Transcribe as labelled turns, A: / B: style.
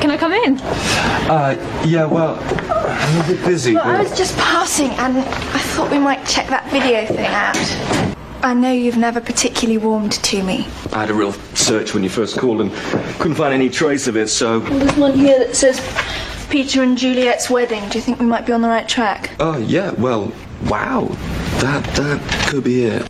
A: Can I come in?
B: Uh, yeah, well, I'm a bit busy.
C: Well, I
B: but-
C: was just passing and I thought we might check that video thing out. I know you've never particularly warmed to me.
B: I had a real search when you first called and couldn't find any trace of it, so.
C: There's one here that says Peter and Juliet's wedding. Do you think we might be on the right track?
B: Oh, yeah, well, wow. That, that could be it.